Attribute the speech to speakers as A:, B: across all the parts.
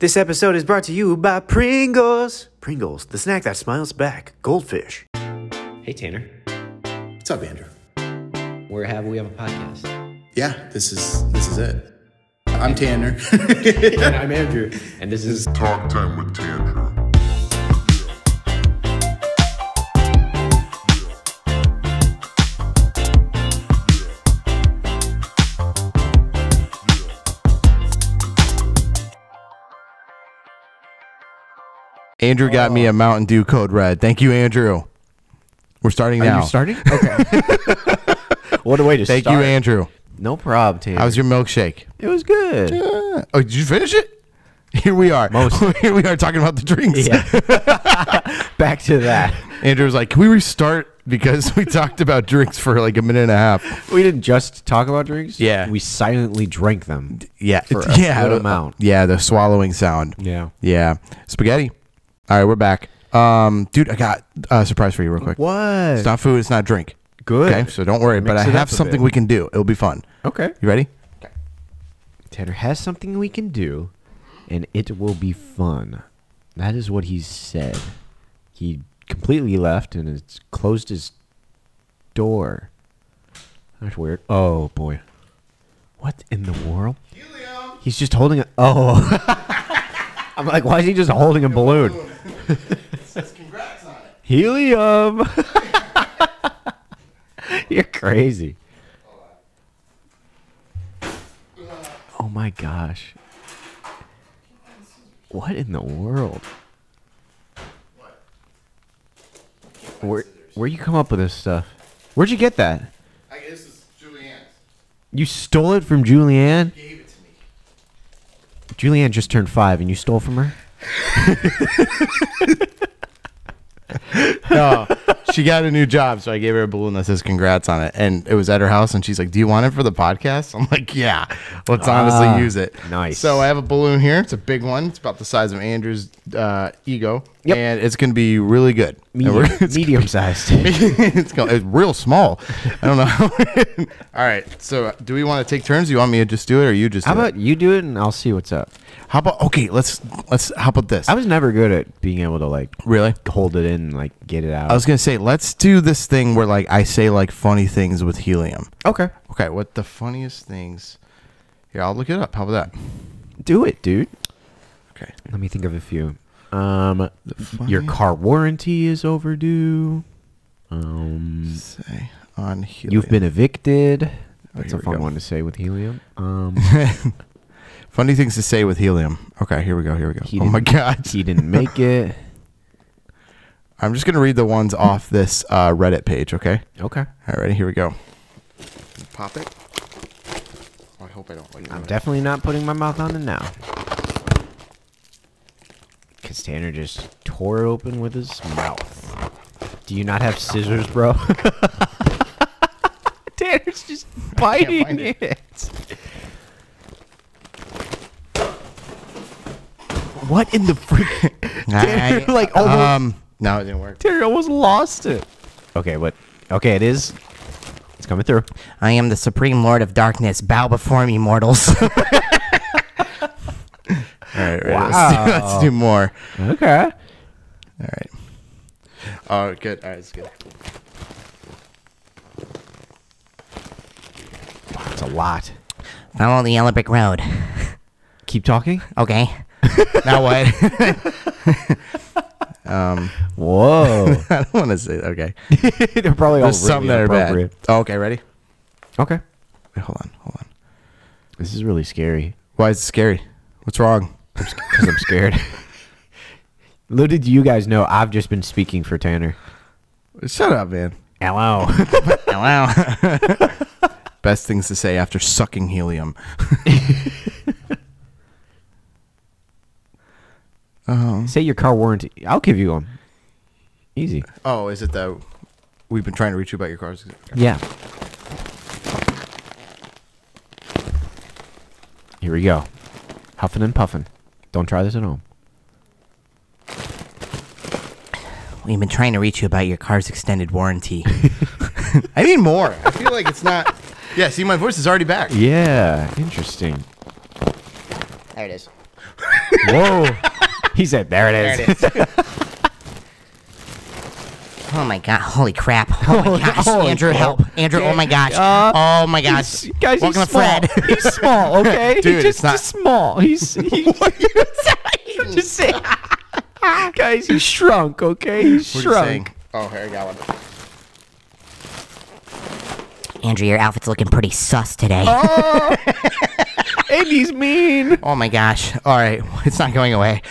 A: This episode is brought to you by Pringles. Pringles, the snack that smiles back. Goldfish.
B: Hey Tanner,
C: What's up, Andrew?
B: where have we have a podcast,
C: Yeah, this is this is it. I'm Tanner.
B: and I'm Andrew, and this is
D: Talk Time with Tanner.
E: Andrew got me a Mountain Dew Code Red. Thank you, Andrew. We're starting now.
F: Are you starting? Okay. what a way to
E: Thank
F: start.
E: you, Andrew.
F: No prob, Tanner.
E: How was your milkshake?
F: it was good.
E: Uh, oh, did you finish it? Here we are.
F: Most.
E: Here we are talking about the drinks.
F: Back to that.
E: Andrew was like, "Can we restart?" Because we talked about drinks for like a minute and a half.
F: We didn't just talk about drinks.
E: Yeah.
F: We silently drank them.
E: Yeah,
F: For
E: it's-
F: a
E: yeah,
F: good
E: the-
F: amount.
E: Yeah, the swallowing sound.
F: Yeah.
E: yeah. Spaghetti. All right, we're back. Um, dude, I got a surprise for you, real quick.
F: What?
E: It's not food. It's not drink.
F: Good.
E: Okay, so don't worry. but
F: Mix
E: I
F: it up
E: have
F: a
E: something
F: bit. Oh.
E: we can do. It'll be fun.
F: Okay.
E: You ready?
F: Tanner has something we can do, and it will be fun. That is what he said. He completely left and has closed his door. That's weird. Oh boy. What in the world? He's just holding a oh I'm like, why is he just holding a balloon? Helium You're crazy. Oh my gosh. What in the world? Where where you come up with this stuff? Where'd you get that?
C: I guess it's Julianne's.
F: You stole it from Julianne?
C: Gave it to me.
F: Julianne just turned five and you stole from her?
E: no, she got a new job, so I gave her a balloon that says "Congrats" on it, and it was at her house. And she's like, "Do you want it for the podcast?" I'm like, "Yeah, let's honestly use it."
F: Ah, nice.
E: So I have a balloon here. It's a big one. It's about the size of Andrew's uh, ego,
F: Yep.
E: and it's gonna be really good. And
F: Medium,
E: we're- it's,
F: medium sized.
E: it's, gonna, it's real small. I don't know. All right. So uh, do we want to take turns? Do you want me to just do it, or you just?
F: How
E: do it?
F: about you do it and I'll see what's up?
E: How about? Okay. Let's let's. How about this?
F: I was never good at being able to like
E: really.
F: hold it in and like get it out.
E: I was gonna say let's do this thing where like I say like funny things with helium.
F: okay.
E: Okay, what the funniest things? Here, I'll look it up. How about that?
F: Do it, dude.
E: Okay.
F: Let me think of a few. Um your
E: funny-
F: car warranty is overdue. Um
E: Say on helium.
F: You've been evicted. That's
E: here
F: a
E: we
F: fun
E: go.
F: one to say with helium. Um,
E: funny things to say with helium. Okay, here we go. Here we go.
F: he
E: oh my
F: didn't-
E: god.
F: he didn't make it.
E: I'm just gonna read the ones off this uh, Reddit page. Okay.
F: Okay,
E: All right. Here we go. Pop it. I hope I don't. Like
F: I'm definitely not putting my mouth on it now. Cause Tanner just tore it open with his mouth. Do you not have scissors, bro? Tanner's just biting
E: find it.
F: it. What in the frick? Tanner like almost
E: Um. No, it didn't work.
F: Terry almost lost it. Okay, what? Okay, it is. It's coming through.
E: I am the supreme lord of darkness. Bow before me, mortals. All right, right, let's do- let's do more.
F: Okay.
E: All right. Oh, good. All right, it's good.
F: It's a lot.
G: Follow the yellow brick road.
F: Keep talking.
G: Okay.
E: Now what?
F: Whoa.
E: I don't want to say. Okay.
F: They're probably all
E: There's some that are bad. Oh, okay, ready?
F: Okay.
E: Wait, hold on, hold on.
F: This is really scary
E: Why is it scary? What's wrong?
F: because I'm scared. Little did you guys know, I've just been speaking for Tanner.
E: Shut up, man.
F: Hello.
E: Hello. Best things to say after sucking helium.
F: Say your car warranty. I'll give you one. Easy.
E: Oh, is it the we've been trying to reach you about your cars?
F: Yeah. Here we go. Huffing and puffing. Don't try this at home.
G: We've been trying to reach you about your car's extended warranty.
E: I need more. I feel like it's not. Yeah, see, my voice is already back.
F: Yeah, interesting.
G: there it is.
F: Whoa. He said, there it is.
G: Oh my god! Holy crap! Oh my gosh!
F: holy
G: Andrew,
F: crap.
G: help! Andrew! Oh my gosh!
F: Uh,
G: oh my gosh!
F: He's- guys,
G: Welcome
F: he's
G: to
F: small.
G: Fred.
F: He's small, okay? He
E: Dude, it's
F: just,
E: not-
F: just small. He's he, I'm just saying. guys, he shrunk, okay? He
E: What are you saying?
F: shrunk.
E: Oh, here I got one.
G: Andrew, your outfit's looking pretty sus today.
F: Oh. And he's mean.
E: Oh my gosh. All right. It's not going away.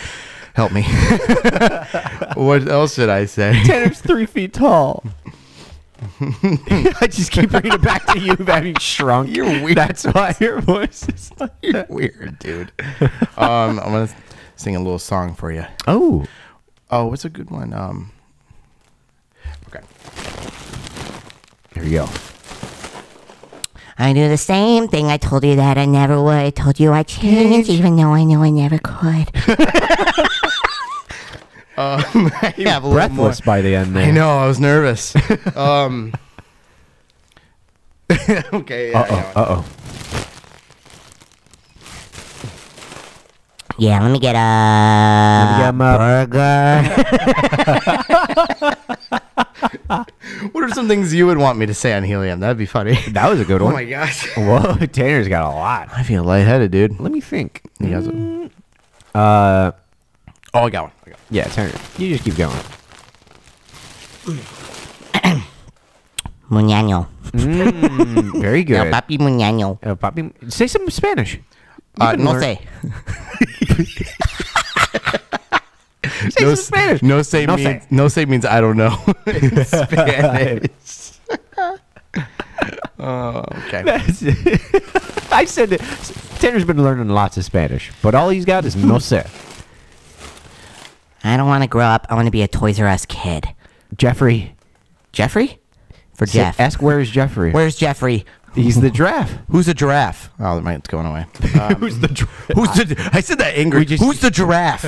E: Help me. what else should I say?
F: Tanner's three feet tall. I just keep bringing it back to you of having shrunk.
E: You're weird.
F: That's why your voice is like that.
E: Weird, dude. Um, I'm going to sing a little song for you.
F: Oh.
E: Oh, what's a good one? Um, okay.
F: There you go.
G: I do the same thing. I told you that I never would. I told you I changed, even though I knew I never could.
E: I have a little more.
F: Breathless by the end there.
E: I know. I was nervous. um, okay. Yeah, I know.
F: Uh oh.
G: Yeah, let me get uh, a
F: um, uh,
G: burger.
E: What are some things you would want me to say on helium? That'd be funny.
F: That was a good
E: oh
F: one.
E: my gosh.
F: Whoa, Tanner's got a lot.
E: I feel lightheaded, dude.
F: Let me think.
E: You guys-
F: Uh,
E: oh, I got one. I got
F: yeah, Tanner, you just keep going.
G: Muñano.
F: Very good.
G: No, papi muñano.
F: Uh, papi, say some Spanish.
E: one. Uh,
F: can
E: no
F: learn-
E: say.
F: Say
E: No,
F: some Spanish.
E: s- no say
F: No
E: means
F: say.
E: no say means I don't know. in Spanish. oh, okay.
F: That's it. I said that Tanner's been learning lots of Spanish, but all he's got is no sé.
G: I don't want to grow up. I want to be a Toys R Us kid.
F: Jeffrey.
G: Jeffrey? For
F: say-
G: Jeff.
F: Ask where is Jeffrey.
G: Where's Jeffrey?
F: He's the giraffe.
E: Who's a giraffe? Oh, mine's going away. Um, who's the giraffe? Who's the? I said that angry.
F: just-
E: who's the giraffe?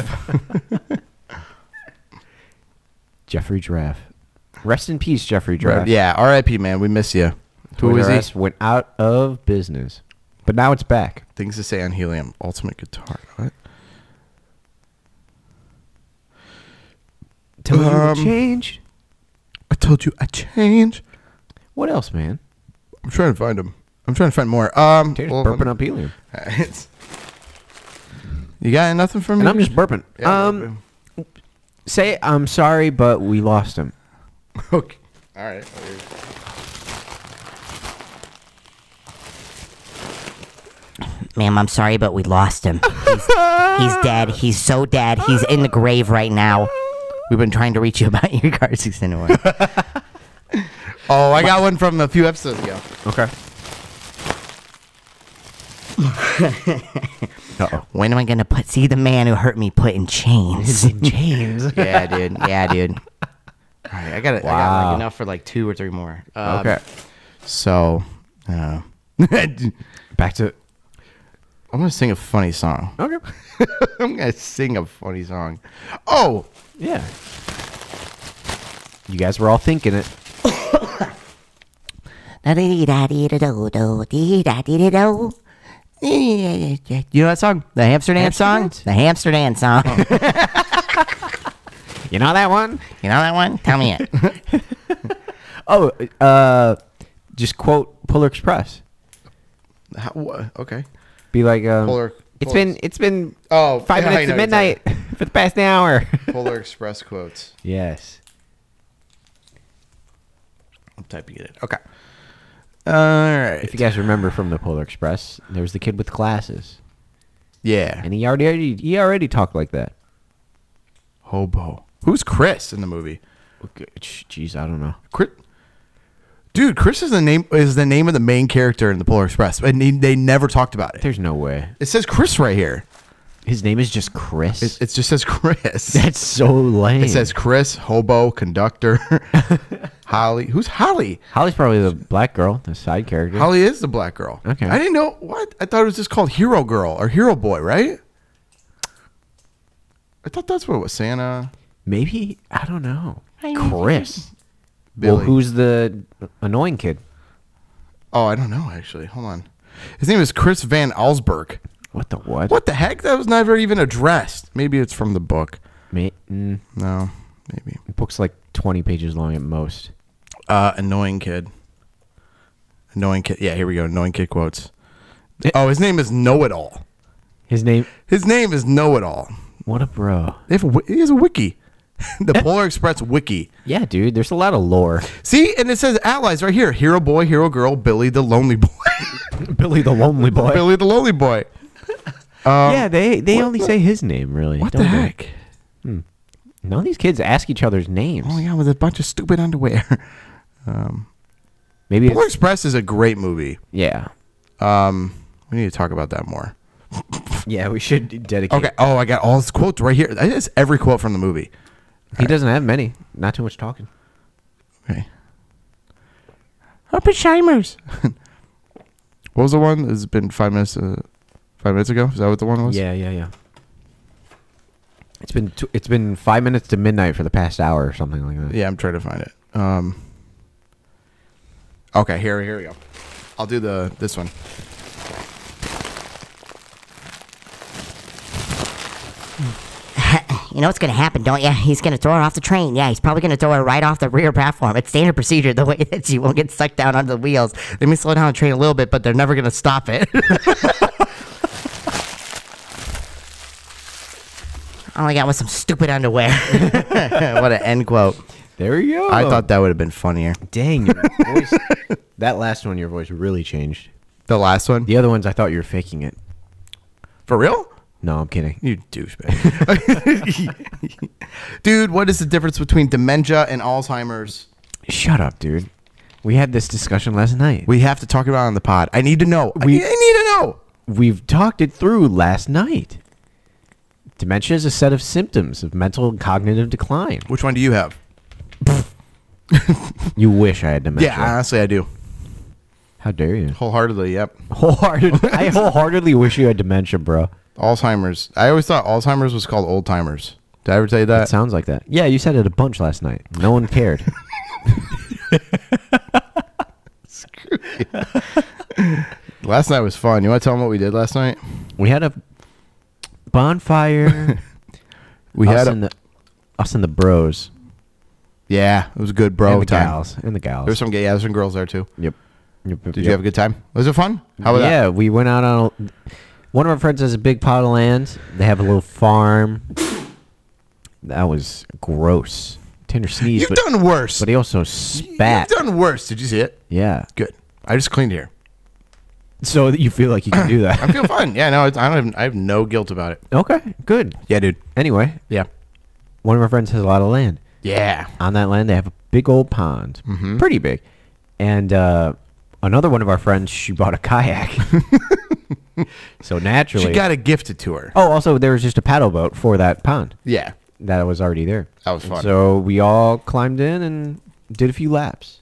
F: Jeffrey Giraffe. Rest in peace, Jeffrey Giraffe.
E: yeah, R.I.P. Man, we miss you. Who
F: Toys
E: is
F: R
E: he?
F: Us went out of business, but now it's back.
E: Things to say on helium. Ultimate guitar. What?
F: Tell me
E: Um,
F: to change.
E: I told you I changed.
F: What else, man?
E: I'm trying to find him. I'm trying to find more. Um,
F: Tanner's
E: well,
F: burping
E: um,
F: up helium.
E: it's- you got nothing for me?
F: And I'm just burping.
E: Yeah,
F: um, say I'm sorry, but we lost him.
E: Okay. All right.
G: Ma'am, I'm sorry, but we lost him. He's, he's dead. He's so dead. He's in the grave right now. We've been trying to reach you about your car accident. award.
E: Oh, I got one from a few episodes ago.
F: Okay.
G: when am I gonna put see the man who hurt me put in chains?
F: James.
E: Yeah, dude.
G: yeah, dude.
E: All right, I got it. I got
F: Wow.
E: like enough for like two or three more. Um,
F: Okay.
E: So, uh, I'm
F: Back to.
E: gonna sing a funny song.
F: Okay.
E: I'm gonna sing a funny song. Oh,
F: Yeah. You guys were all thinking it.
G: Da-dee-da-dee-da-do-do, dee-da-dee-da-do.
E: you know that song?
G: The Amsterdam song? The Amsterdam song. you
F: You know that one?
G: know that one? Tell me it.
F: Oh, uh, just quote Polar Express.
E: How, wha- okay.
F: Be like, um,
E: Polar-
F: It's
E: Polar-
F: been it's been
E: Oh,
F: five
E: I
F: minutes
E: know
F: to
E: what you're saying.
F: midnight for the past hour.
E: Polar Express quotes.
F: yes.
E: I'm typing it in. Okay. All right.
F: If you guys remember from the Polar Express, there was the kid with glasses,
E: yeah.
F: and he already he already talked like that.
E: Hobo. Who's Chris in the movie?
F: Okay, sh- Jeez, I don't know.
E: Chris. Dude, Chris is the name is the name of the main character in the Polar Express, and he, they never talked about it.
F: There's no way.
E: It says Chris right here.
F: His name is just Chris.
E: It, it just says Chris.
F: That's so lame.
E: It says Chris, hobo, conductor, Holly. Who's Holly?
F: Holly's probably the black girl, the side character.
E: Holly is the black girl.
F: Okay.
E: I didn't know what. I thought it was just called Hero Girl or Hero Boy, right? I thought that's what it was. Santa,
F: Maybe I don't know. Chris.
E: Billy.
F: Well, who's the annoying kid?
E: Oh, I don't know actually. Hold on. His name is Chris Van Allsburg.
F: What the what?
E: What the heck? That was never even addressed. Maybe it's from the book.
F: Ma- mm,
E: No, maybe.
F: the book's like 20 pages long at most.
E: Uh, annoying kid. Annoying kid. Yeah, here we go. Annoying kid quotes. Oh, his name is Know It All.
F: His name.
E: His name is Know It All.
F: What a bro.
E: They have a, wi- he has a wiki. the Polar Express wiki.
F: Yeah, dude. There's a lot of lore.
E: See, and it says allies right here. Hero boy, hero girl, Billy the lonely boy.
F: Billy the Lonely Boy.
E: Billy the lonely boy.
F: yeah, they they only say his name really.
E: What
F: don't
E: the
F: they?
E: heck?
F: None of these kids ask each other's names.
E: Oh my god, with a bunch of stupid underwear.
F: Maybe
E: Polar
F: it's,
E: Express is a great movie.
F: yeah,
E: Um, We need to talk about that more.
F: yeah. We should dedicate.
E: Okay. Oh, I got all his quotes right here. That's every quote from the movie.
F: He doesn't have many. Not too much talking.
E: Okay. Oppenheimers. what was the one? It's been five minutes. Uh, five minutes ago. Is that what the one was?
F: Yeah, yeah, yeah. It's been tw- it's been five minutes to midnight for the past hour or something like that.
E: Yeah, I'm trying to find it. Um. Okay. Here, here we go. I'll do the this one.
G: You know what's going to happen, don't you? He's going to throw her off the train. Yeah, he's probably going to throw her right off the rear platform. It's standard procedure the way that she won't get sucked down onto the wheels. They may slow down the train a little bit, but they're never going to stop it. All I got was some stupid underwear. what an end quote.
F: There you go.
E: I thought that would have been funnier.
F: dang, your voice, that last one, your voice really changed.
E: The last one.
F: The other ones, I thought you were faking it.
E: For real?
F: No, I'm kidding.
E: You douchebag. Dude, what is the difference between dementia and Alzheimer's?
F: Shut up, dude. We had this discussion last night.
E: We have to talk about it on the pod. I need to know. I,
F: We-
E: need, I need to know.
F: we've talked it through last night. Dementia is a set of symptoms of mental and cognitive decline.
E: Which one do you have?
F: You wish I had dementia.
E: Yeah, honestly, I do.
F: How dare you?
E: Wholeheartedly, yep.
F: Wholeheartedly, I wholeheartedly wish you had dementia, bro.
E: Alzheimer's. I always thought Alzheimer's was called old timers. Did I ever tell you
F: It
E: that?
F: sounds like that. Yeah, you said it a bunch last night. No one cared.
E: last night was fun. You want to tell them what we did last night?
F: we had a bonfire.
E: We
F: us
E: had a,
F: and the us and the bros,
E: yeah, it was a good bro
F: and the
E: time.
F: gals, and the gals.
E: There was some gay, yeah, there's some girls there too.
F: yep. Yep, yep,
E: Did
F: yep.
E: you have a good time? Was it fun? How about
F: yeah,
E: that?
F: we went out on. a- one of our friends has a big pot of land. They have a little farm. That was gross. Tanner sneezed,
E: You've
F: but,
E: done worse.
F: but he also spat.
E: You've done worse. Did you see it?
F: yeah.
E: Good. I just cleaned here.
F: So that you feel like you can do
E: I
F: that.
E: feel fine. Yeah, no, it's, I don't. Have, I have no guilt about it.
F: okay, good.
E: Yeah, dude.
F: Anyway,
E: Yeah.
F: one of our friends has a lot of land.
E: Yeah.
F: On that land, they have a big old pond,
E: Mm-hmm.
F: pretty big. And uh, another one of our friends, she bought a kayak. so naturally,
E: She got it gifted to her.
F: oh, also there was just a paddle boat for that pond.
E: Yeah.
F: that was already there.
E: That was
F: And
E: fun.
F: so we all climbed in and did a few laps.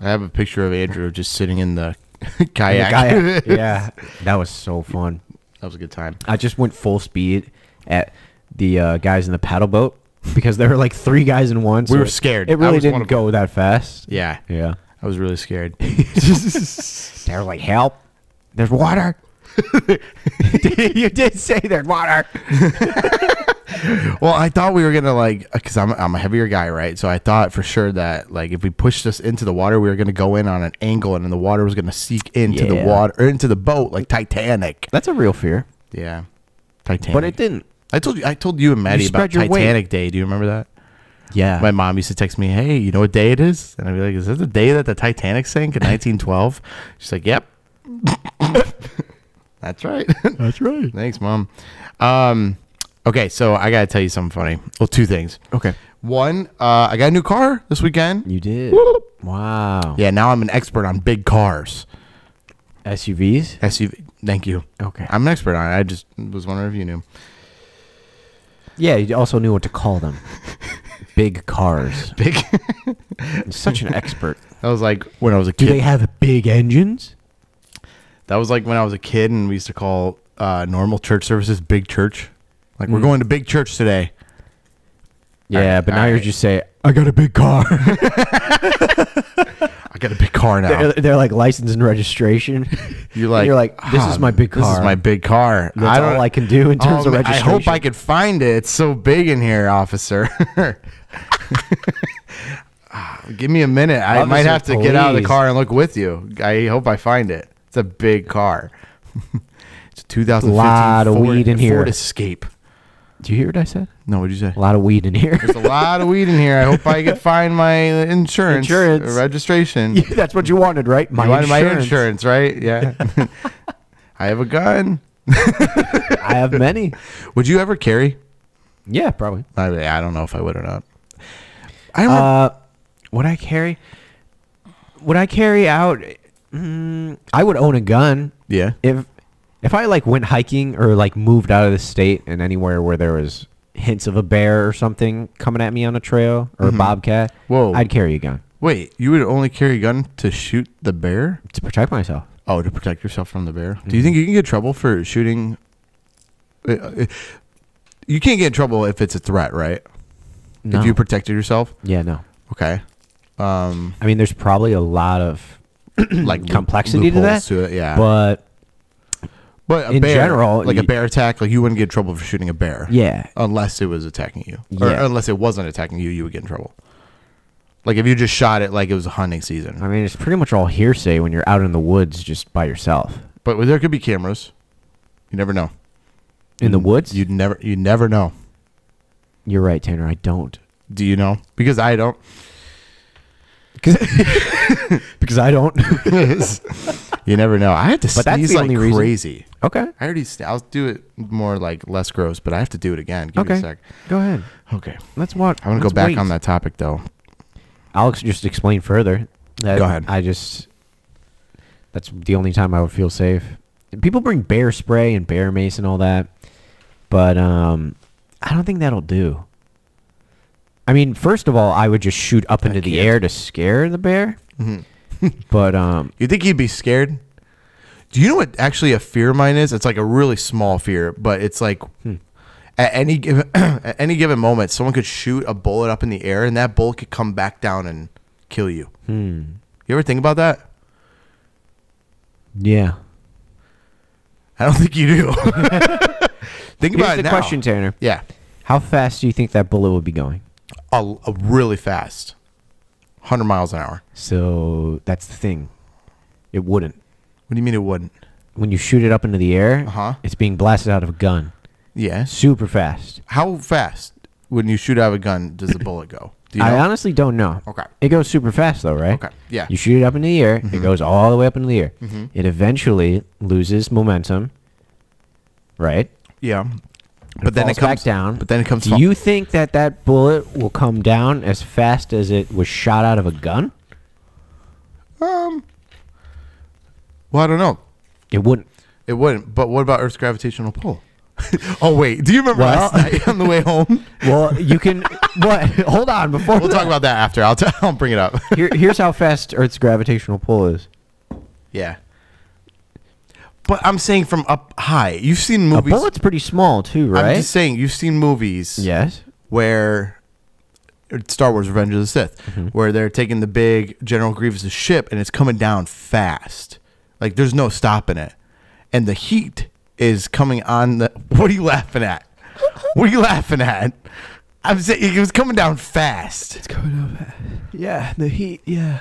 E: I have a picture of Andrew just sitting in the kayak.
F: And the kayak- yeah, that was so fun.
E: that was a good time.
F: I just went full speed at the uh, guys in the paddle boat because there were like three guys in one. so
E: were
F: it-
E: scared. I
F: It really
E: was one
F: didn't
E: of them.
F: go that fast.
E: Yeah.
F: Yeah.
E: I was really scared.
F: They were like, help. There's water. you did say there's water.
E: well, I thought we were gonna like, cause I'm I'm a heavier guy, right? So I thought for sure that like if we pushed us into the water, we were gonna go in on an angle, and then the water was gonna seek into the
F: Yeah.
E: water or into the boat like Titanic.
F: That's a real fear.
E: Yeah. Titanic.
F: But it didn't.
E: I told you. I told you and Maddie about
F: spread your weight.
E: Titanic Day. Do you remember that?
F: Yeah.
E: My mom used to text me, "Hey, you know what day it is?" And I'd be like, "Is this the day that the Titanic sank in 1912?" She's like, "Yep." That's right.
F: That's right.
E: Thanks, mom. Um, okay, so I gotta tell you something funny. Well, two things.
F: Okay.
E: One, uh, I got a new car this weekend.
F: You did. Wow.
E: Yeah, now I'm an expert on big cars.
F: SUVs?
E: SUV. Thank you.
F: Okay.
E: I'm an expert on it. I just was wondering if you knew.
F: Yeah, you also knew what to call them. Big cars.
E: Big.
F: Such an expert.
E: that was like when I was a
F: Do
E: kid.
F: they have big engines?
E: That was like when I was a kid and we used to call uh, normal church services big church. Like
F: Mm.
E: we're going to big church today.
F: Yeah,
E: Alright,
F: but now you
E: alright.
F: just say, I got a big car.
E: I got a big car now.
F: They're, they're like license and registration.
E: You're
F: And
E: like,
F: you're like, this
E: "Ah,
F: is my big car.
E: This is my big car. Oh,
F: That's all I Oh, can do in terms of
E: man, I hope
F: registration."
E: I could find it. It's so big in here, officer. Ah, Give me a minute. I might
F: Officer,
E: have to get out of the
F: please.
E: car and look with you. I hope I find it. It's a big car. it's a 2015
F: Lot of
E: Ford,
F: weed in here.
E: Ford Escape.
F: Do you hear what I said?
E: No, what'd you say?
F: A lot of weed in here.
E: There's a lot of weed in here. I hope I can find my insurance,
F: Insurance.
E: registration.
F: Yeah, That's what you wanted, right? My
E: you wanted my insurance, right? Yeah. I have a gun.
F: I have many.
E: Would you ever carry?
F: Yeah, probably.
E: I, I don't know if I would or not. I remember,
F: Uh, would I carry? Would I carry out? Mm, I would own a gun
E: yeah.
F: if if I like went hiking or like moved out of the state and anywhere where there was hints of a bear or something coming at me on a trail or a bobcat.
E: Whoa.
F: I'd carry a gun
E: Wait, you would only carry a gun to shoot the bear?
F: to protect myself.
E: Oh, to protect yourself from the bear. Do you think you can get in trouble for shooting? Uh, uh, You can't get in trouble if it's a threat, right?
F: No.
E: If you protected yourself,
F: yeah, no.
E: okay. Um,
F: I mean, there's probably a lot of
E: like loop-
F: complexity to that,
E: loopholes it, yeah.
F: but
E: But a
F: in
E: bear,
F: general,
E: like a
F: y-
E: bear attack, like you wouldn't get in trouble for shooting a bear.
F: Yeah.
E: Unless it was attacking you. Or
F: Yeah.
E: unless it wasn't attacking you, you would get in trouble. Like if you just shot it like it was hunting season.
F: I mean, it's pretty much all hearsay when you're out in the woods just by yourself.
E: But there could be cameras. You never know.
F: In the woods?
E: You'd never you never know.
F: Mm. You're right, Tanner. I don't.
E: Do you know? Because I don't.
F: Because I don't.
E: you never know. I have to but
F: that's
E: sneeze
F: the
E: like
F: only reason.
E: crazy.
F: okay.
E: I already sne- I'll do it more like less gross, but I have to do it again. Give me a
F: Okay.
E: sec.
F: Go ahead.
E: Okay.
F: Let's walk.
E: I want to go
F: let's
E: back
F: wait.
E: on that topic though.
F: Alex just explain further. that
E: Go ahead.
F: I just. That's the only time I would feel safe. People bring bear spray and bear mace and all that, but um, I don't think that'll do. I mean, first of all, I would just shoot up into the
E: can't.
F: air to scare the bear.
E: Mm-hmm.
F: but um,
E: You think he'd be scared? Do you know what actually a fear of mine is? It's like a really small fear, but it's like
F: Hmm.
E: at any given at any given moment, someone could shoot a bullet up in the air, and that bullet could come back down and kill you.
F: Hmm.
E: You ever think about that?
F: yeah.
E: I don't think you do. think
F: Here's
E: about
F: the
E: it now.
F: question, Tanner.
E: Yeah,
F: How fast do you think that bullet would be going?
E: a, a really fast, hundred miles an hour.
F: So that's the thing. It wouldn't.
E: What do you mean it wouldn't?
F: When you shoot it up into the air,
E: Uh-huh.
F: it's being blasted out of a gun
E: Yeah.
F: super fast.
E: How fast when you shoot out of a gun does the bullet go? Do you
F: I
E: know?
F: honestly don't know.
E: Okay.
F: It goes super fast though, right?
E: Okay, yeah. Mm-hmm.
F: You shoot it up into the air, it goes all the way up into the air. It eventually loses momentum, right?
E: yeah. But then it
F: falls
E: comes
F: back down.
E: But then it comes.
F: Do
E: fa-
F: you think that that bullet will come down as fast as it was shot out of a gun?
E: Well, I don't know.
F: It wouldn't.
E: It wouldn't. But what about Earth's gravitational pull? oh wait, do you remember
F: Well-
E: last night on the way home?
F: Well, you can. what? Hold on. Before
E: We'll talk about that after. I'll t- I'll bring it up.
F: Here, here's how fast Earth's gravitational pull is.
E: yeah. But I'm saying from up high. You've seen
F: A
E: movies.
F: bullet's pretty small too,
E: I'm
F: right?
E: just saying you've seen movies.
F: yes.
E: Where Star Wars: Revenge of the Sith, where they're taking the big General Grievous' ship and it's coming down fast. Like there's no stopping it, and the heat is coming on the. What are you laughing at? What are you laughing at? I'm saying it was coming down fast.
F: Yeah, the heat. Yeah.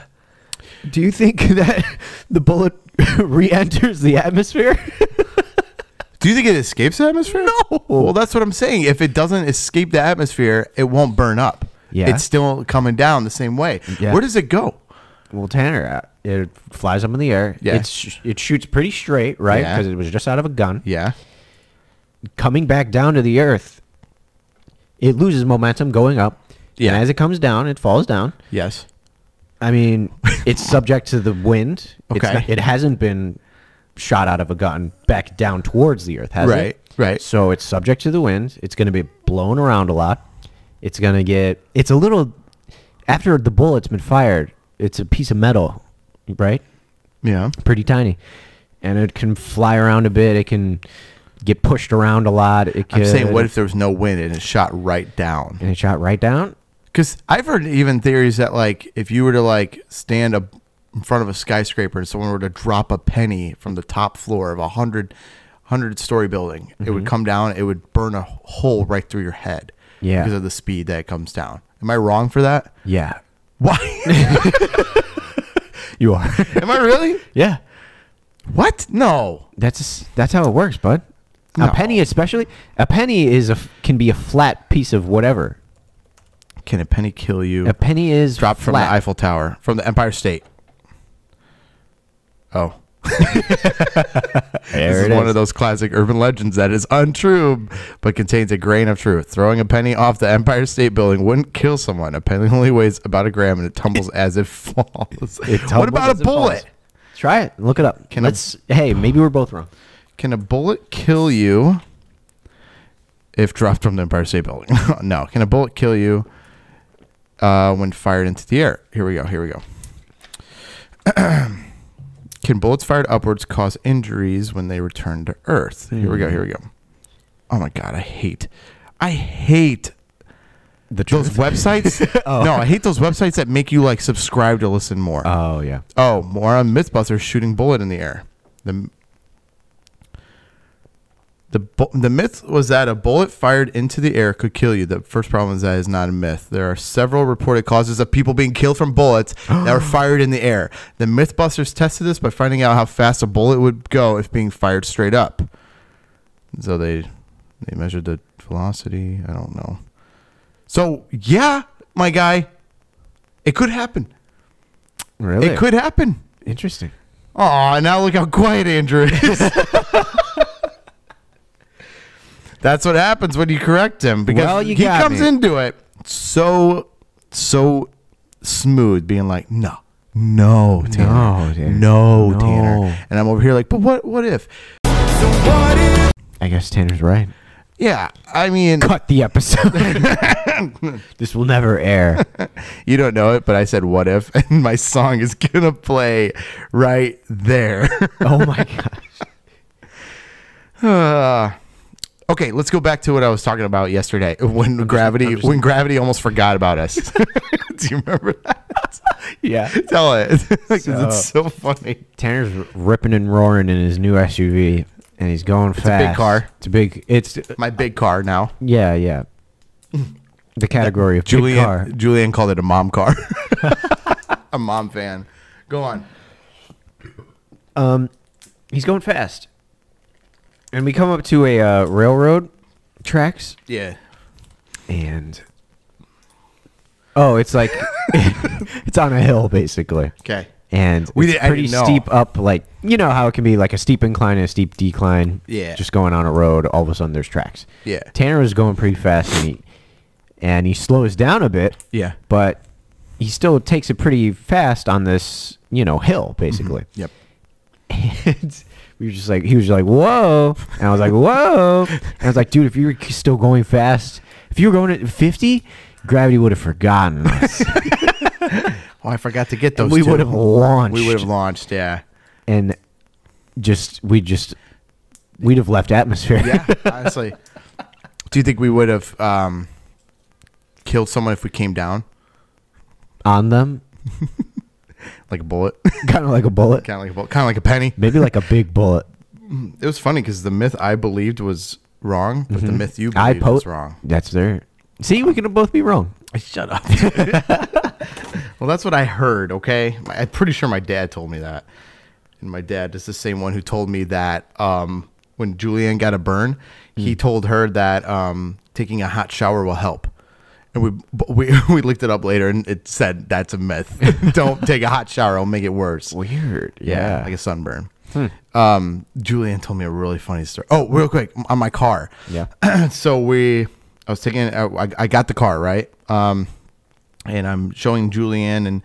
F: Do you think that the bullet re-enters the atmosphere?
E: Do you think it escapes the atmosphere? No. Well, that's what I'm saying. If it doesn't escape the atmosphere, it won't burn up.
F: Yeah.
E: It's still coming down the same way.
F: Yeah.
E: Where does it go?
F: well, Tanner, uh, it flies up in the air.
E: Yeah.
F: It, sh- it shoots pretty straight, right?
E: Yeah.
F: Because it was just out of a gun.
E: Yeah.
F: Coming back down to the Earth, it loses momentum going up.
E: Yeah.
F: And as it comes down, it falls down.
E: Yes.
F: I mean, it's subject to the wind. It's
E: Okay.
F: not- it hasn't been shot out of a gun back down towards the earth, has
E: Right,
F: it?
E: right.
F: So it's subject to the wind. It's going to be blown around a lot. It's going to get. It's a little. After the bullet's been fired, it's a piece of metal, right?
E: Yeah.
F: Pretty tiny, and it can fly around a bit. It can get pushed around a lot. It can.
E: I'm saying, what if there was no wind and it shot right down?
F: and it shot right down?
E: Because I've heard even theories that like if you were to like stand a in front of a skyscraper and someone were to drop a penny from the top floor of a hundred hundred story building, it would come down. It would burn a hole right through your head.
F: Yeah.
E: Because of the speed that it comes down. Am I wrong for that?
F: Yeah.
E: Why?
F: You are.
E: Am I really?
F: yeah.
E: What? No.
F: That's s- that's how it works, bud.
E: No.
F: A penny, especially a penny, is a f- can be a flat piece of whatever.
E: Can a penny kill you?
F: A penny is
E: dropped from the
F: flat.
E: Eiffel Tower, from the Empire State. Oh,
F: There
E: this is
F: it
E: one
F: is.
E: of those classic urban legends that is untrue, but contains a grain of truth. Throwing a penny off the Empire State Building wouldn't kill someone. A penny only weighs about a gram, and it tumbles as it falls.
F: It
E: what
F: tumbles
E: about a
F: as it falls.
E: bullet?
F: Try it. Look it up.
E: Can a-
F: Let's. hey, maybe we're both wrong.
E: Can a bullet kill you if dropped from the Empire State Building? no. Can a bullet kill you uh, when fired into the air? Here we go. Here we go. Can bullets fired upwards cause injuries when they return to Earth? Here we go. Here we go. Oh my God. I hate. I hate.
F: The
E: Those websites? No, I hate those websites that make you like subscribe to listen more.
F: Oh yeah.
E: Oh, more on MythBusters shooting bullet in the air. The the bu- the myth was that a bullet fired into the air could kill you. The first problem is that is not a myth. There are several reported causes of people being killed from bullets that were fired in the air. The MythBusters tested this by finding out how fast a bullet would go if being fired straight up. So they they measured the velocity. I don't know. So yeah, my guy, it could happen.
F: Really?
E: It could happen.
F: Interesting.
E: Aw, now look how quiet Andrew is. That's what happens when you correct him because
F: Well, you
E: he
F: got
E: comes
F: me.
E: into it so so smooth, being like, no, no, Tanner,
F: No, Tanner.
E: no,
F: No.
E: Tanner, and I'm over here like, but what, what if?
F: I guess Tanner's right.
E: Yeah, I mean,
F: Cut the episode. this will never air.
E: you don't know it, but I said, what if? And my song is gonna play right there.
F: Oh my gosh.
E: Uh, okay, let's go back to what I was talking about yesterday when gravity when gravity almost forgot about us. Do you remember that?
F: Yeah.
E: Tell it 'Cause it's so funny.
F: Tanner's r- ripping and roaring in his new SUV, and he's going
E: a
F: fast.
E: big car.
F: It's a big. It's
E: My big car now.
F: yeah, yeah. The category of big car.
E: Julian Julian called it a mom car. a mom fan. Go on.
F: He's going fast, and we come up to a uh, railroad tracks,
E: Yeah.
F: and oh, it's like it's on a hill basically.
E: Okay.
F: and
E: We
F: it's
E: did- I
F: pretty
E: didn't know.
F: steep up like you know how it can be like a steep incline and a steep decline
E: Yeah.
F: just going on a road all of a sudden there's tracks
E: Yeah.
F: tanner was going pretty fast and he and he slows down a bit
E: Yeah.
F: but he still takes it pretty fast on this you know hill basically
E: Mm-hmm. Yep.
F: and we were just like he was just like whoa and i was like whoa and i was like dude if you were still going fast if you were going at 50 gravity would have forgotten us
E: Oh, I forgot to get those.
F: and we
E: two.
F: would have launched
E: We would have launched. Yeah.
F: and just we just we'd have left atmosphere.
E: Yeah. honestly, do you think we would have um, killed someone if we came down
F: on them,
E: like a bullet?
F: kind of like a bullet,
E: kind of like a kind of like a penny.
F: maybe like a big bullet.
E: It was funny because the myth I believed was wrong, but the myth you
F: I
E: believed
F: po-
E: was wrong.
F: That's there. See, we can both be wrong.
E: Shut up. well, that's what I heard. Okay, My- I'm pretty sure my dad told me that, and my dad is the same one who told me that um, when Julianne got a burn, he told her that um, taking a hot shower will help. And we, but we we looked it up later, and it said that's a myth. Don't take a hot shower; it'll make it worse.
F: Weird.
E: Yeah, like a sunburn. Um, Julian told me a really funny story. Oh, real quick m- on my car.
F: Yeah.
E: so we, I was taking, I, I- I got the car right, um, and I'm showing Julianne and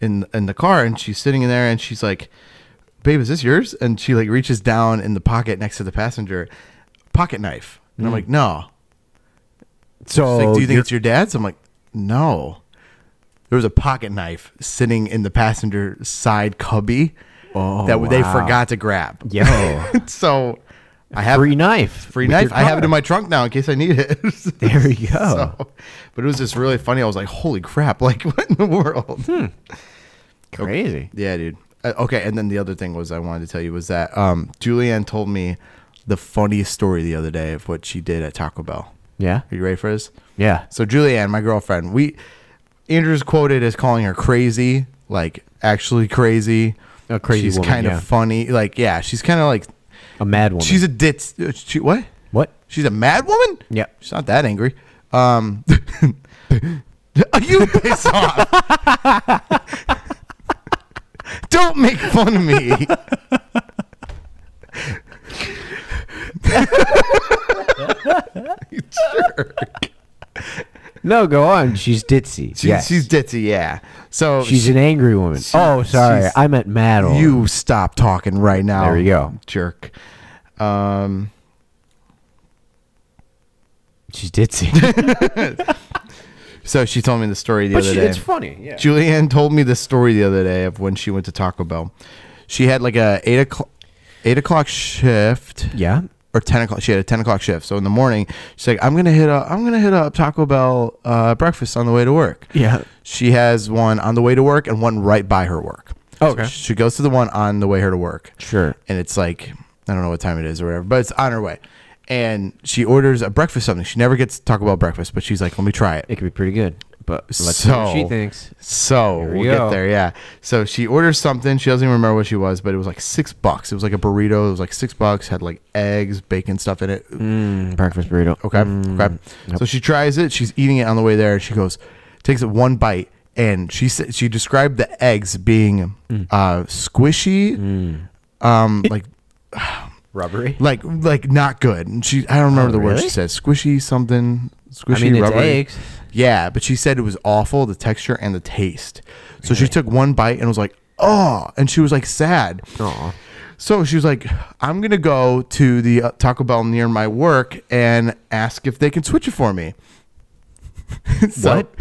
E: in in the car, and she's sitting in there, and she's like, "Babe, is this yours?" And she like reaches down in the pocket next to the passenger pocket knife, and I'm like, "No."
F: so
E: She's like, "Do you think
F: Oh, you're-
E: it's your dad's?" I'm like, "No." There was a pocket knife sitting in the passenger side cubby that they
F: Oh, wow.
E: forgot to grab.
F: Yo.
E: so I have
F: free knife?
E: Free
F: with
E: knife.
F: your
E: I have it
F: car.
E: in my trunk now in case I need it.
F: There you go. Hmm.
E: So- but it was just really funny. I was like, "Holy crap! Like, what in the world?"
F: Crazy.
E: Yeah, dude. Uh, okay, and then the other thing was I wanted to tell you was that um, Julianne told me the funniest story the other day of what she did at Taco Bell.
F: Yeah.
E: Are you ready for this?
F: Yeah.
E: So Julianne, my girlfriend, we Andrew's quoted as calling her crazy, like actually crazy.
F: A crazy
E: She's
F: woman,
E: kind
F: yeah.
E: of funny. Like yeah, she's kind of like
F: A mad woman.
E: she's a ditz. uh, She, what?
F: what?
E: She's a mad woman?
F: Yeah.
E: She's not that angry. Um, are you pissed off? Don't make fun of me.
F: No, go on. She's ditzy.
E: She,
F: Yes.
E: She's ditzy, yeah. So
F: She's an angry woman. oh, sorry.
E: she's-
F: I meant mad. woman.
E: You stop talking right now.
F: There you go.
E: jerk. Um,
F: She's ditzy.
E: so she told me the story the
F: but
E: other
F: she,
E: day.
F: it's funny. Yeah.
E: Julianne told me the story the other day of when she went to Taco Bell. She had like a eight o'clock eight o'clock shift.
F: Yeah.
E: Or ten o'clock. She had a ten o'clock shift. So in the morning, she's like, "I'm gonna hit up. I'm gonna hit up Taco Bell uh, breakfast on the way to work."
F: Yeah.
E: She has one on the way to work and one right by her work.
F: Oh, Okay.
E: So she goes to the one on the way her to work.
F: Sure.
E: And it's like I don't know what time it is or whatever, but it's on her way. And she orders a breakfast something. She never gets Taco Bell breakfast, but she's like, "Let me try it."
F: It could be pretty good. But let's see
E: so
F: what she thinks.
E: So
F: Here we
E: we'll
F: go.
E: get there, yeah. So she orders something. She doesn't even remember what she was, but it was like six bucks. It was like a burrito. It was like six bucks. Had like eggs, bacon stuff in it.
F: Breakfast burrito. Mm.
E: Okay, okay. So she tries it. She's eating it on the way there. She goes, takes it one bite, and she said she described the eggs being
F: Mm.
E: uh, squishy, um, like
F: Rubbery.
E: like like not good. And she I don't remember the word
F: really?
E: she said. Squishy something. Squishy
F: I mean, it's
E: rubbery.
F: eggs.
E: Yeah, but she said it was awful, the texture and the taste. So she took one bite and was like, oh, and she was like sad.
F: Aw.
E: So she was like, I'm going to go to the uh, Taco Bell near my work and ask if they can switch it for me. So-
F: What?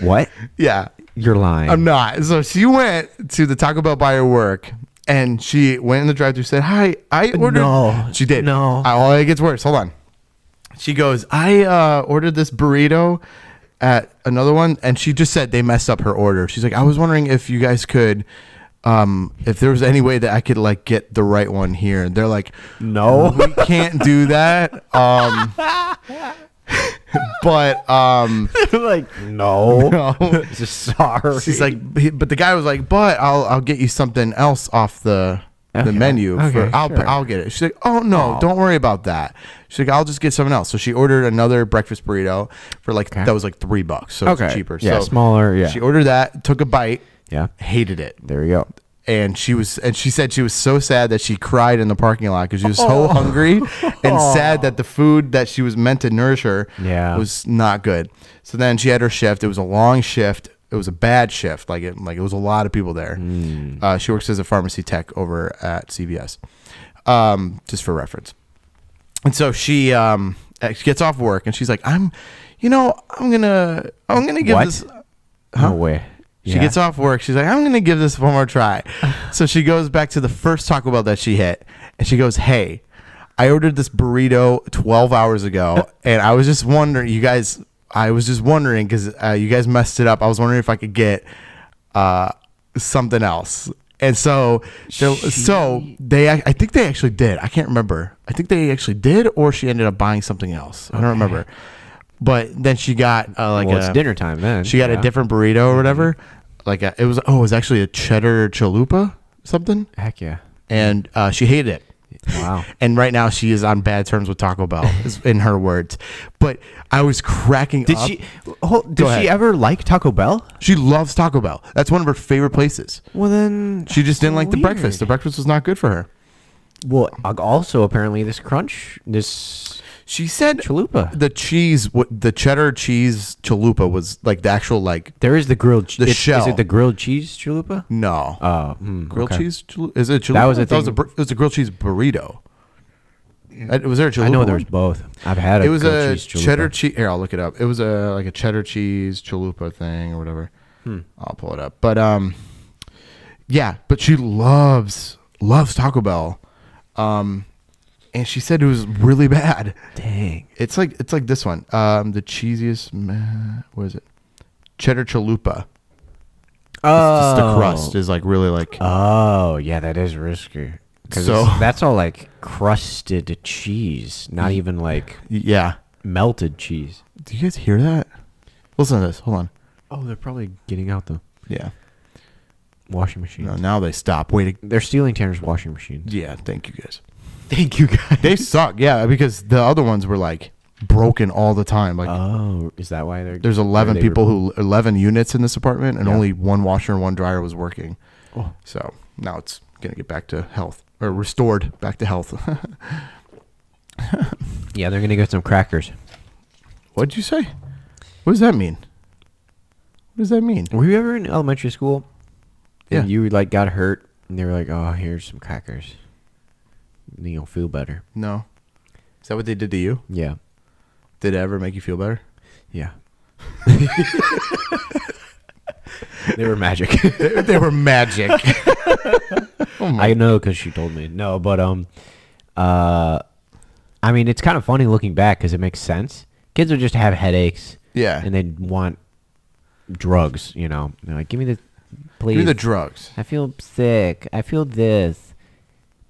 F: What?
E: Yeah.
F: You're lying.
E: I'm not. So she went to the Taco Bell by her work and she went in the drive thru said, Hi, I ordered.
F: No.
E: She did.
F: No.
E: I, oh, it gets worse. Hold on. She goes, I uh, ordered this burrito at another one and she just said they messed up her order. She's like, I was wondering if you guys could. Um, if there was any way that I could like get the right one here, and they're like,
F: No.
E: we can't do that. Um, but um,
F: like, no.
E: no,
F: Just sorry.
E: She's like, he- but the guy was like, but I'll I'll get you something else off the the menu. For,
F: Okay,
E: I'll
F: sure.
E: I'll get it. She's like, oh no, don't worry about that. She's like, I'll just get something else. So she ordered another breakfast burrito for like that was like three bucks, so
F: Okay.
E: it's cheaper.
F: Yeah,
E: so
F: smaller, yeah.
E: She ordered that, took a bite,
F: Yeah.
E: hated it.
F: there you go.
E: And she was, and she said she was so sad that she cried in the parking lot because she was so
F: Oh.
E: hungry and sad that the food that she was meant to nourish her
F: Yeah.
E: was was not good. So then she had her shift. It was a long shift. It was a bad shift. Like it, like it was a lot of people there.
F: Mm.
E: Uh, she works as a pharmacy tech over at CVS, um, just for reference. And so she um, uh, she gets off work and she's like, I'm, you know, I'm gonna, I'm gonna give
F: What?
E: this.
F: No way.
E: She
F: Yeah.
E: gets off work. She's like, I'm gonna give this one more try. so she goes back to the first Taco Bell that she hit, and she goes, Hey, I ordered this burrito 12 hours ago, and I was just wondering, you guys, I was just wondering because uh, you guys messed it up. I was wondering if I could get uh, something else. And so, there- so they, ac- I think they actually did. I can't remember. I think they actually did, or she ended up buying something else. I don't remember. But then she got uh, like
F: well,
E: a,
F: it's dinner time then.
E: she got
F: Yeah. Mm-hmm.
E: a different burrito or whatever. Like a, it was oh, it was actually a cheddar chalupa something,
F: Heck yeah.
E: and uh, she hated it.
F: Wow.
E: And right now she is on bad terms with Taco Bell, is in her words. But I was cracking
F: Did
E: up.
F: she? Hold, did
E: Go
F: she
E: ahead.
F: ever like Taco Bell?
E: She loves Taco Bell. That's one of her favorite places.
F: Well then,
E: She just didn't like the breakfast. The
F: Weird.
E: breakfast was not good for her.
F: well, ag- also apparently this crunch, this
E: She said
F: chalupa.
E: the cheese, wa- the cheddar cheese chalupa was like the actual like
F: There is the grilled. che-
E: The
F: it- Is
E: shell.
F: it the grilled cheese chalupa?
E: no
F: Oh, mm,
E: grilled
F: okay.
E: cheese. chalu- Is it chalupa?
F: That was a
E: I thought it was a
F: thing-
E: bur- it was a grilled cheese burrito. Uh, Was there a chalupa?
F: I know there's
E: one?
F: both. I've had a
E: it was
F: grilled
E: a
F: cheese chalupa.
E: cheddar cheese. Here, I'll look it up. It was a like a cheddar cheese chalupa thing or whatever.
F: Hmm.
E: I'll pull it up. But um, yeah. But she loves loves Taco Bell, um, and she said it was really bad.
F: Dang.
E: It's like it's like this one. Um, the cheesiest. Ma- what is it? cheddar chalupa.
F: Oh,
E: Just the crust is like really like
F: Oh, yeah, that is risky. Cause
E: So-
F: it's- that's all like crusted cheese, not even like
E: yeah.
F: melted cheese.
E: Do you guys hear that? Listen to this. Hold on.
F: Oh, they're probably getting out the
E: Yeah.
F: washing machine.
E: No, now they stop. Wait. a-
F: They're stealing Tanner's washing machine.
E: Yeah. Thank you guys.
F: Thank you guys.
E: They suck. Yeah, because the other ones were like broken all the time. Like
F: Oh, is that why they're?
E: there's
F: why
E: 11
F: they
E: people
F: were-
E: who 11 units in this apartment and
F: Yeah.
E: only one washer and one dryer was working so now it's gonna get back to health or restored back to health
F: Yeah, they're gonna get some crackers.
E: what'd you say what does that mean what does that mean
F: Were you ever in elementary school?
E: Yeah.
F: And you like got hurt, and they were like, "Oh, here's some crackers. And then you'll feel better."
E: no is that what they did to you
F: Yeah.
E: did it ever make you feel better
F: Yeah. they were magic.
E: they were magic Oh
F: I know because she told me. No, but um, uh, I mean, it's kind of funny looking back because it makes sense. Kids would just have headaches.
E: Yeah.
F: And they'd want drugs. You know, they're like, give me the, please.
E: do the drugs
F: I feel sick. I feel this.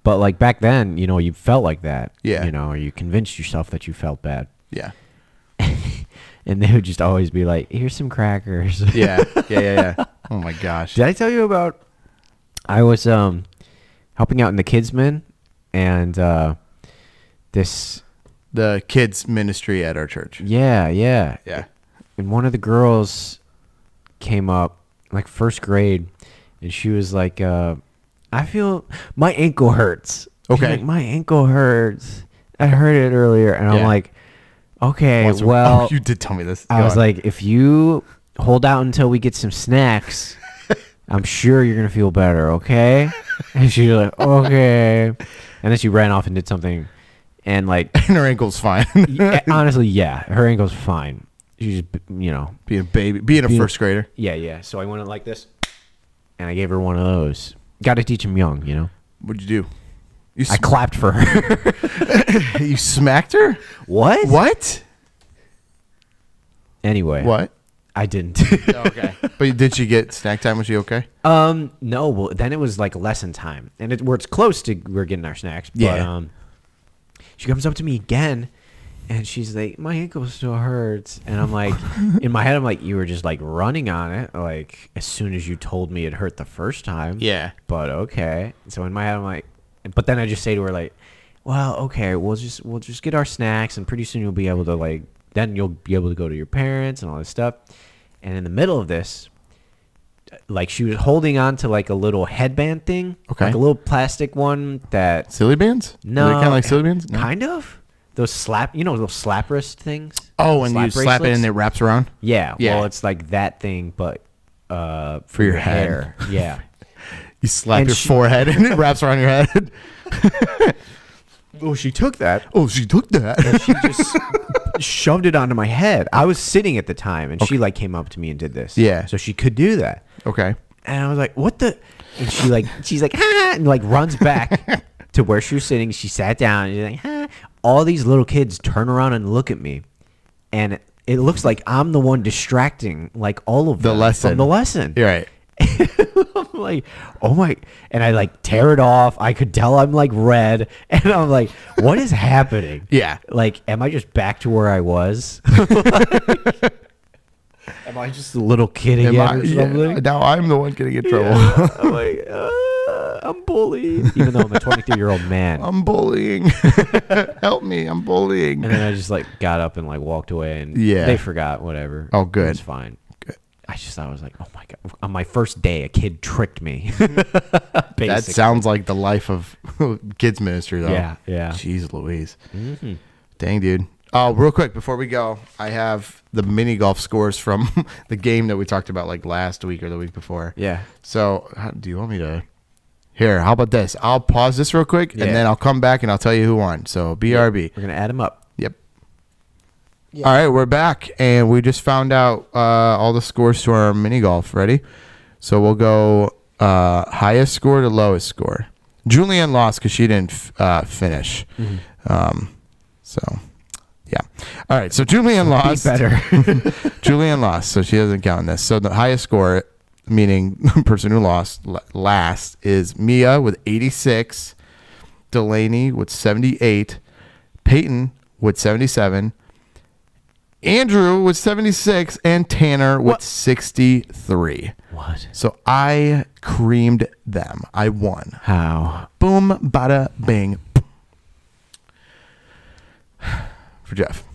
F: But like back then, you know, you felt like that.
E: Yeah.
F: You know, or you convinced yourself that you felt bad.
E: yeah
F: And they would just always be like, here's some crackers.
E: yeah yeah yeah yeah oh my gosh
F: Did I tell you about? I was um helping out in the kids men, and uh, this
E: the kids ministry at our church
F: yeah yeah
E: yeah
F: and one of the girls came up like first grade, and she was like, uh, "I feel my ankle hurts." She's
E: Okay.
F: like, my ankle hurts. I heard it earlier, and I'm
E: Yeah.
F: like, "Okay,
E: Once-
F: well."
E: oh, you did tell me this
F: I
E: Go
F: was
E: on.
F: like, if you hold out until we get some snacks, I'm sure you're gonna feel better, okay? And she was like, okay. And then she ran off and did something, and like,
E: and her ankle's fine
F: yeah, honestly, yeah, her ankle's fine. She's, just, you know,
E: being a baby being a first grader
F: yeah, yeah. So I went in like this, and I gave her one of those. Got to teach him young, you know.
E: What'd you do? You
F: I
E: sm-
F: clapped for her.
E: you smacked her?
F: what?
E: What?
F: Anyway,
E: What?
F: I didn't.
E: Oh, Okay. but did she get snack time? Was she okay?
F: Um, no. Well, then it was like lesson time, and it, where it's close to we're getting our snacks. But,
E: Yeah.
F: Um, she comes up to me again, and she's like, "My ankle still hurts," and I'm like, in my head, I'm like, "You were just like running on it, like as soon as you told me it hurt the first time."
E: Yeah.
F: But okay. So in my head, I'm like, but then I just say to her like, "Well, okay, we'll just we'll just get our snacks, and pretty soon you'll be able to like, then you'll be able to go to your parents and all this stuff." And in the middle of this, like she was holding on to like a little headband thing,
E: Okay.
F: like a little plastic one that
E: Silly bands?
F: no,
E: kind of like silly bands. No?
F: kind of those slap, you know, those slap wrist things.
E: Oh, and you slap it
F: bracelets?
E: and it wraps around.
F: Yeah,
E: Yeah.
F: well, it's like that thing, but uh, for
E: your head.
F: hair. Yeah.
E: You slap
F: And
E: your
F: she-
E: forehead and it wraps around your head.
F: well, she took that.
E: Oh, she took that.
F: she just shoved it onto my head. I was sitting at the time, and she like came up to me and did this.
E: Yeah.
F: so she could do that,
E: okay.
F: and I was like, "What the?" And she like she's like, "Ah!" and like runs back to where she was sitting. She sat down, and she's like, "Ah!" All these little kids turn around and look at me, and it looks like I'm the one distracting like all of
E: The
F: them
E: lesson.
F: from the lesson.
E: You're right.
F: I'm like, oh my! And I like tear it off. I could tell I'm like red, and I'm like, what is happening?
E: Yeah.
F: Like, am I just back to where I was? am I just a little kid again
E: Am I-
F: or
E: yeah,
F: something?
E: now I'm the one getting in trouble.
F: I'm like, uh, I'm bullied, even though I'm a 23 year old man.
E: I'm bullying. Help me. I'm bullying.
F: and then I just like got up and like walked away, and
E: Yeah.
F: they forgot whatever.
E: Oh, good.
F: it's fine. Good. I just thought I was like, oh my god! On my first day, a kid tricked me.
E: That
F: Basically.
E: sounds like the life of kids ministry, though.
F: Yeah, yeah. Mm-hmm.
E: Jeez, Louise. Dang, dude. Oh, real quick before we go, I have the mini golf scores from the game that we talked about like last week or the week before.
F: Yeah.
E: So, how, do you want me to? Here, how about this? I'll pause this real quick
F: Yeah.
E: and then I'll come back and I'll tell you who won. So, BRB.
F: We're gonna add him up.
E: Yep. All right, we're back, and we just found out uh, all the scores to our mini golf. Ready? So we'll go uh, highest score to lowest score. Julianne lost because she didn't f- uh, finish. Um, so, yeah. All right, so Julianne lost.
F: better.
E: Julianne lost, so she doesn't count in this. So the highest score, meaning person who lost la- last, is Mia with 86, Delaney with 78, Peyton with 77, Andrew with 76, and Tanner with 63.
F: What?
E: So I creamed them. I won.
F: How?
E: Boom, bada, bing. For Jeff.